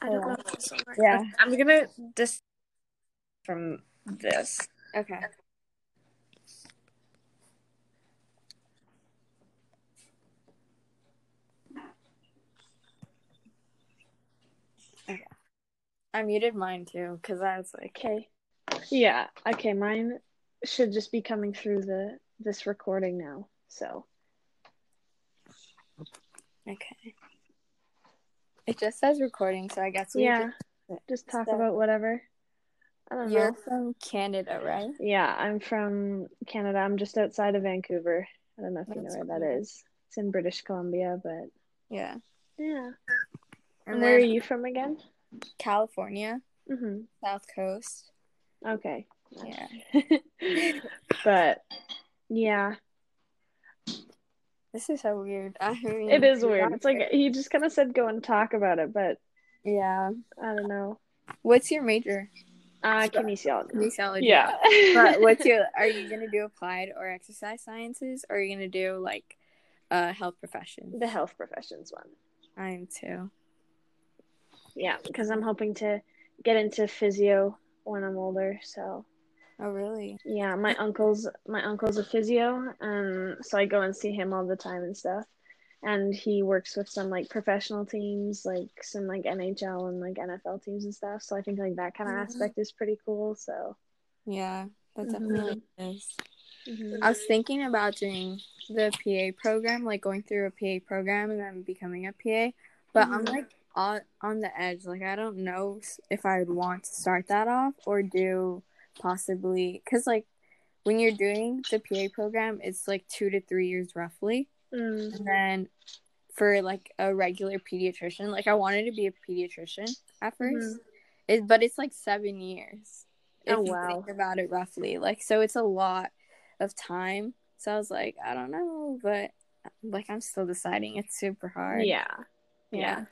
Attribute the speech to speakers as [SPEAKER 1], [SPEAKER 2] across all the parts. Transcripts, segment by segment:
[SPEAKER 1] I
[SPEAKER 2] Oh,
[SPEAKER 1] don't know. if this will work.
[SPEAKER 2] Yeah.
[SPEAKER 1] Okay, I'm gonna dis from this.
[SPEAKER 2] Okay. Okay. I muted mine too because I was like,
[SPEAKER 3] Okay. Yeah. Okay. Mine should just be coming through the this recording now. So
[SPEAKER 2] okay. It just says recording, so I guess we
[SPEAKER 3] yeah,
[SPEAKER 2] just-
[SPEAKER 3] just talk
[SPEAKER 2] so-
[SPEAKER 3] about whatever. I don't
[SPEAKER 2] Did. You're
[SPEAKER 3] know.
[SPEAKER 2] from Canada, right?
[SPEAKER 3] Yeah, I'm from Canada. I'm just outside of Vancouver. I don't know if you
[SPEAKER 2] That's
[SPEAKER 3] know where that
[SPEAKER 2] cool.
[SPEAKER 3] is. It's in British Columbia, but
[SPEAKER 2] Yeah.
[SPEAKER 3] yeah.
[SPEAKER 2] And
[SPEAKER 3] And where are
[SPEAKER 2] then
[SPEAKER 3] you from again?
[SPEAKER 2] California,
[SPEAKER 3] hmm
[SPEAKER 2] South Coast.
[SPEAKER 3] Okay.
[SPEAKER 2] Yeah.
[SPEAKER 3] but yeah,
[SPEAKER 2] This is so weird. I mean,
[SPEAKER 3] it is
[SPEAKER 2] we
[SPEAKER 3] weird.
[SPEAKER 2] got
[SPEAKER 3] It's like
[SPEAKER 2] there.
[SPEAKER 3] he just kind of said go and talk about it, but
[SPEAKER 2] yeah.
[SPEAKER 3] I don't know.
[SPEAKER 2] What's your major?
[SPEAKER 3] Uh, kinesiology.
[SPEAKER 2] Kinesiology.
[SPEAKER 3] Yeah.
[SPEAKER 2] but what's your? Are you gonna do applied or exercise sciences, or are you gonna do like uh health professions?
[SPEAKER 3] the health professions one?
[SPEAKER 2] I'm too.
[SPEAKER 3] Yeah, because I'm hoping to get into physio when I'm older. So
[SPEAKER 2] Oh really?
[SPEAKER 3] yeah, my uncle's my uncle's a physio, um, so I go and see him all the time and stuff. And he works with some like professional teams, like some like NHL and like NFL teams and stuff. So I think like that kind of
[SPEAKER 2] Mhm.
[SPEAKER 3] aspect is pretty cool. So
[SPEAKER 2] Yeah, that
[SPEAKER 3] Mhm.
[SPEAKER 2] definitely is. I was thinking about doing the PA program, like going through a PA program and then becoming a PA. But I'm
[SPEAKER 3] Mhm.
[SPEAKER 2] like on, on the edge. Like I don't know s- if I would want to start that off or do possibly because like when you're doing the PA program, it's like two to three years roughly,
[SPEAKER 3] Mm.
[SPEAKER 2] and then for like a regular pediatrician, like I wanted to be a pediatrician at
[SPEAKER 3] Mm-hmm.
[SPEAKER 2] 1st it, but it's like seven years.
[SPEAKER 3] Oh,
[SPEAKER 2] if you
[SPEAKER 3] wow.
[SPEAKER 2] Think about it roughly, like so, it's a lot of time. So I was like, I don't know, but like I'm still deciding. It's super hard.
[SPEAKER 3] Yeah.
[SPEAKER 2] yeah.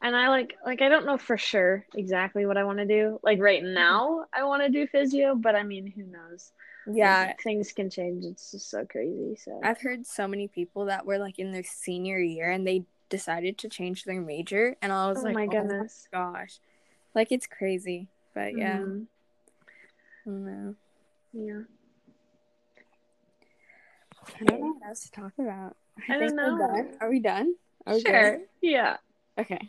[SPEAKER 3] and I like like I don't know for sure exactly what I want to do. Like right
[SPEAKER 2] Mm-hmm.
[SPEAKER 3] now, I want to do physio, but I mean, who knows?
[SPEAKER 2] Yeah,
[SPEAKER 3] Like, things can change. It's just so crazy. So
[SPEAKER 2] I've heard so many people that were like in their senior year and they decided to change their major, and I was
[SPEAKER 3] oh
[SPEAKER 2] like,
[SPEAKER 3] my goodness,
[SPEAKER 2] gosh, like it's crazy. But yeah,
[SPEAKER 3] Mhm.
[SPEAKER 2] I don't know.
[SPEAKER 3] yeah.
[SPEAKER 2] I don't know what else to talk about.
[SPEAKER 3] I don't
[SPEAKER 2] think we're
[SPEAKER 3] know.
[SPEAKER 2] done. Are we done? Are we
[SPEAKER 3] Sure,
[SPEAKER 2] good?
[SPEAKER 3] yeah.
[SPEAKER 2] Okay.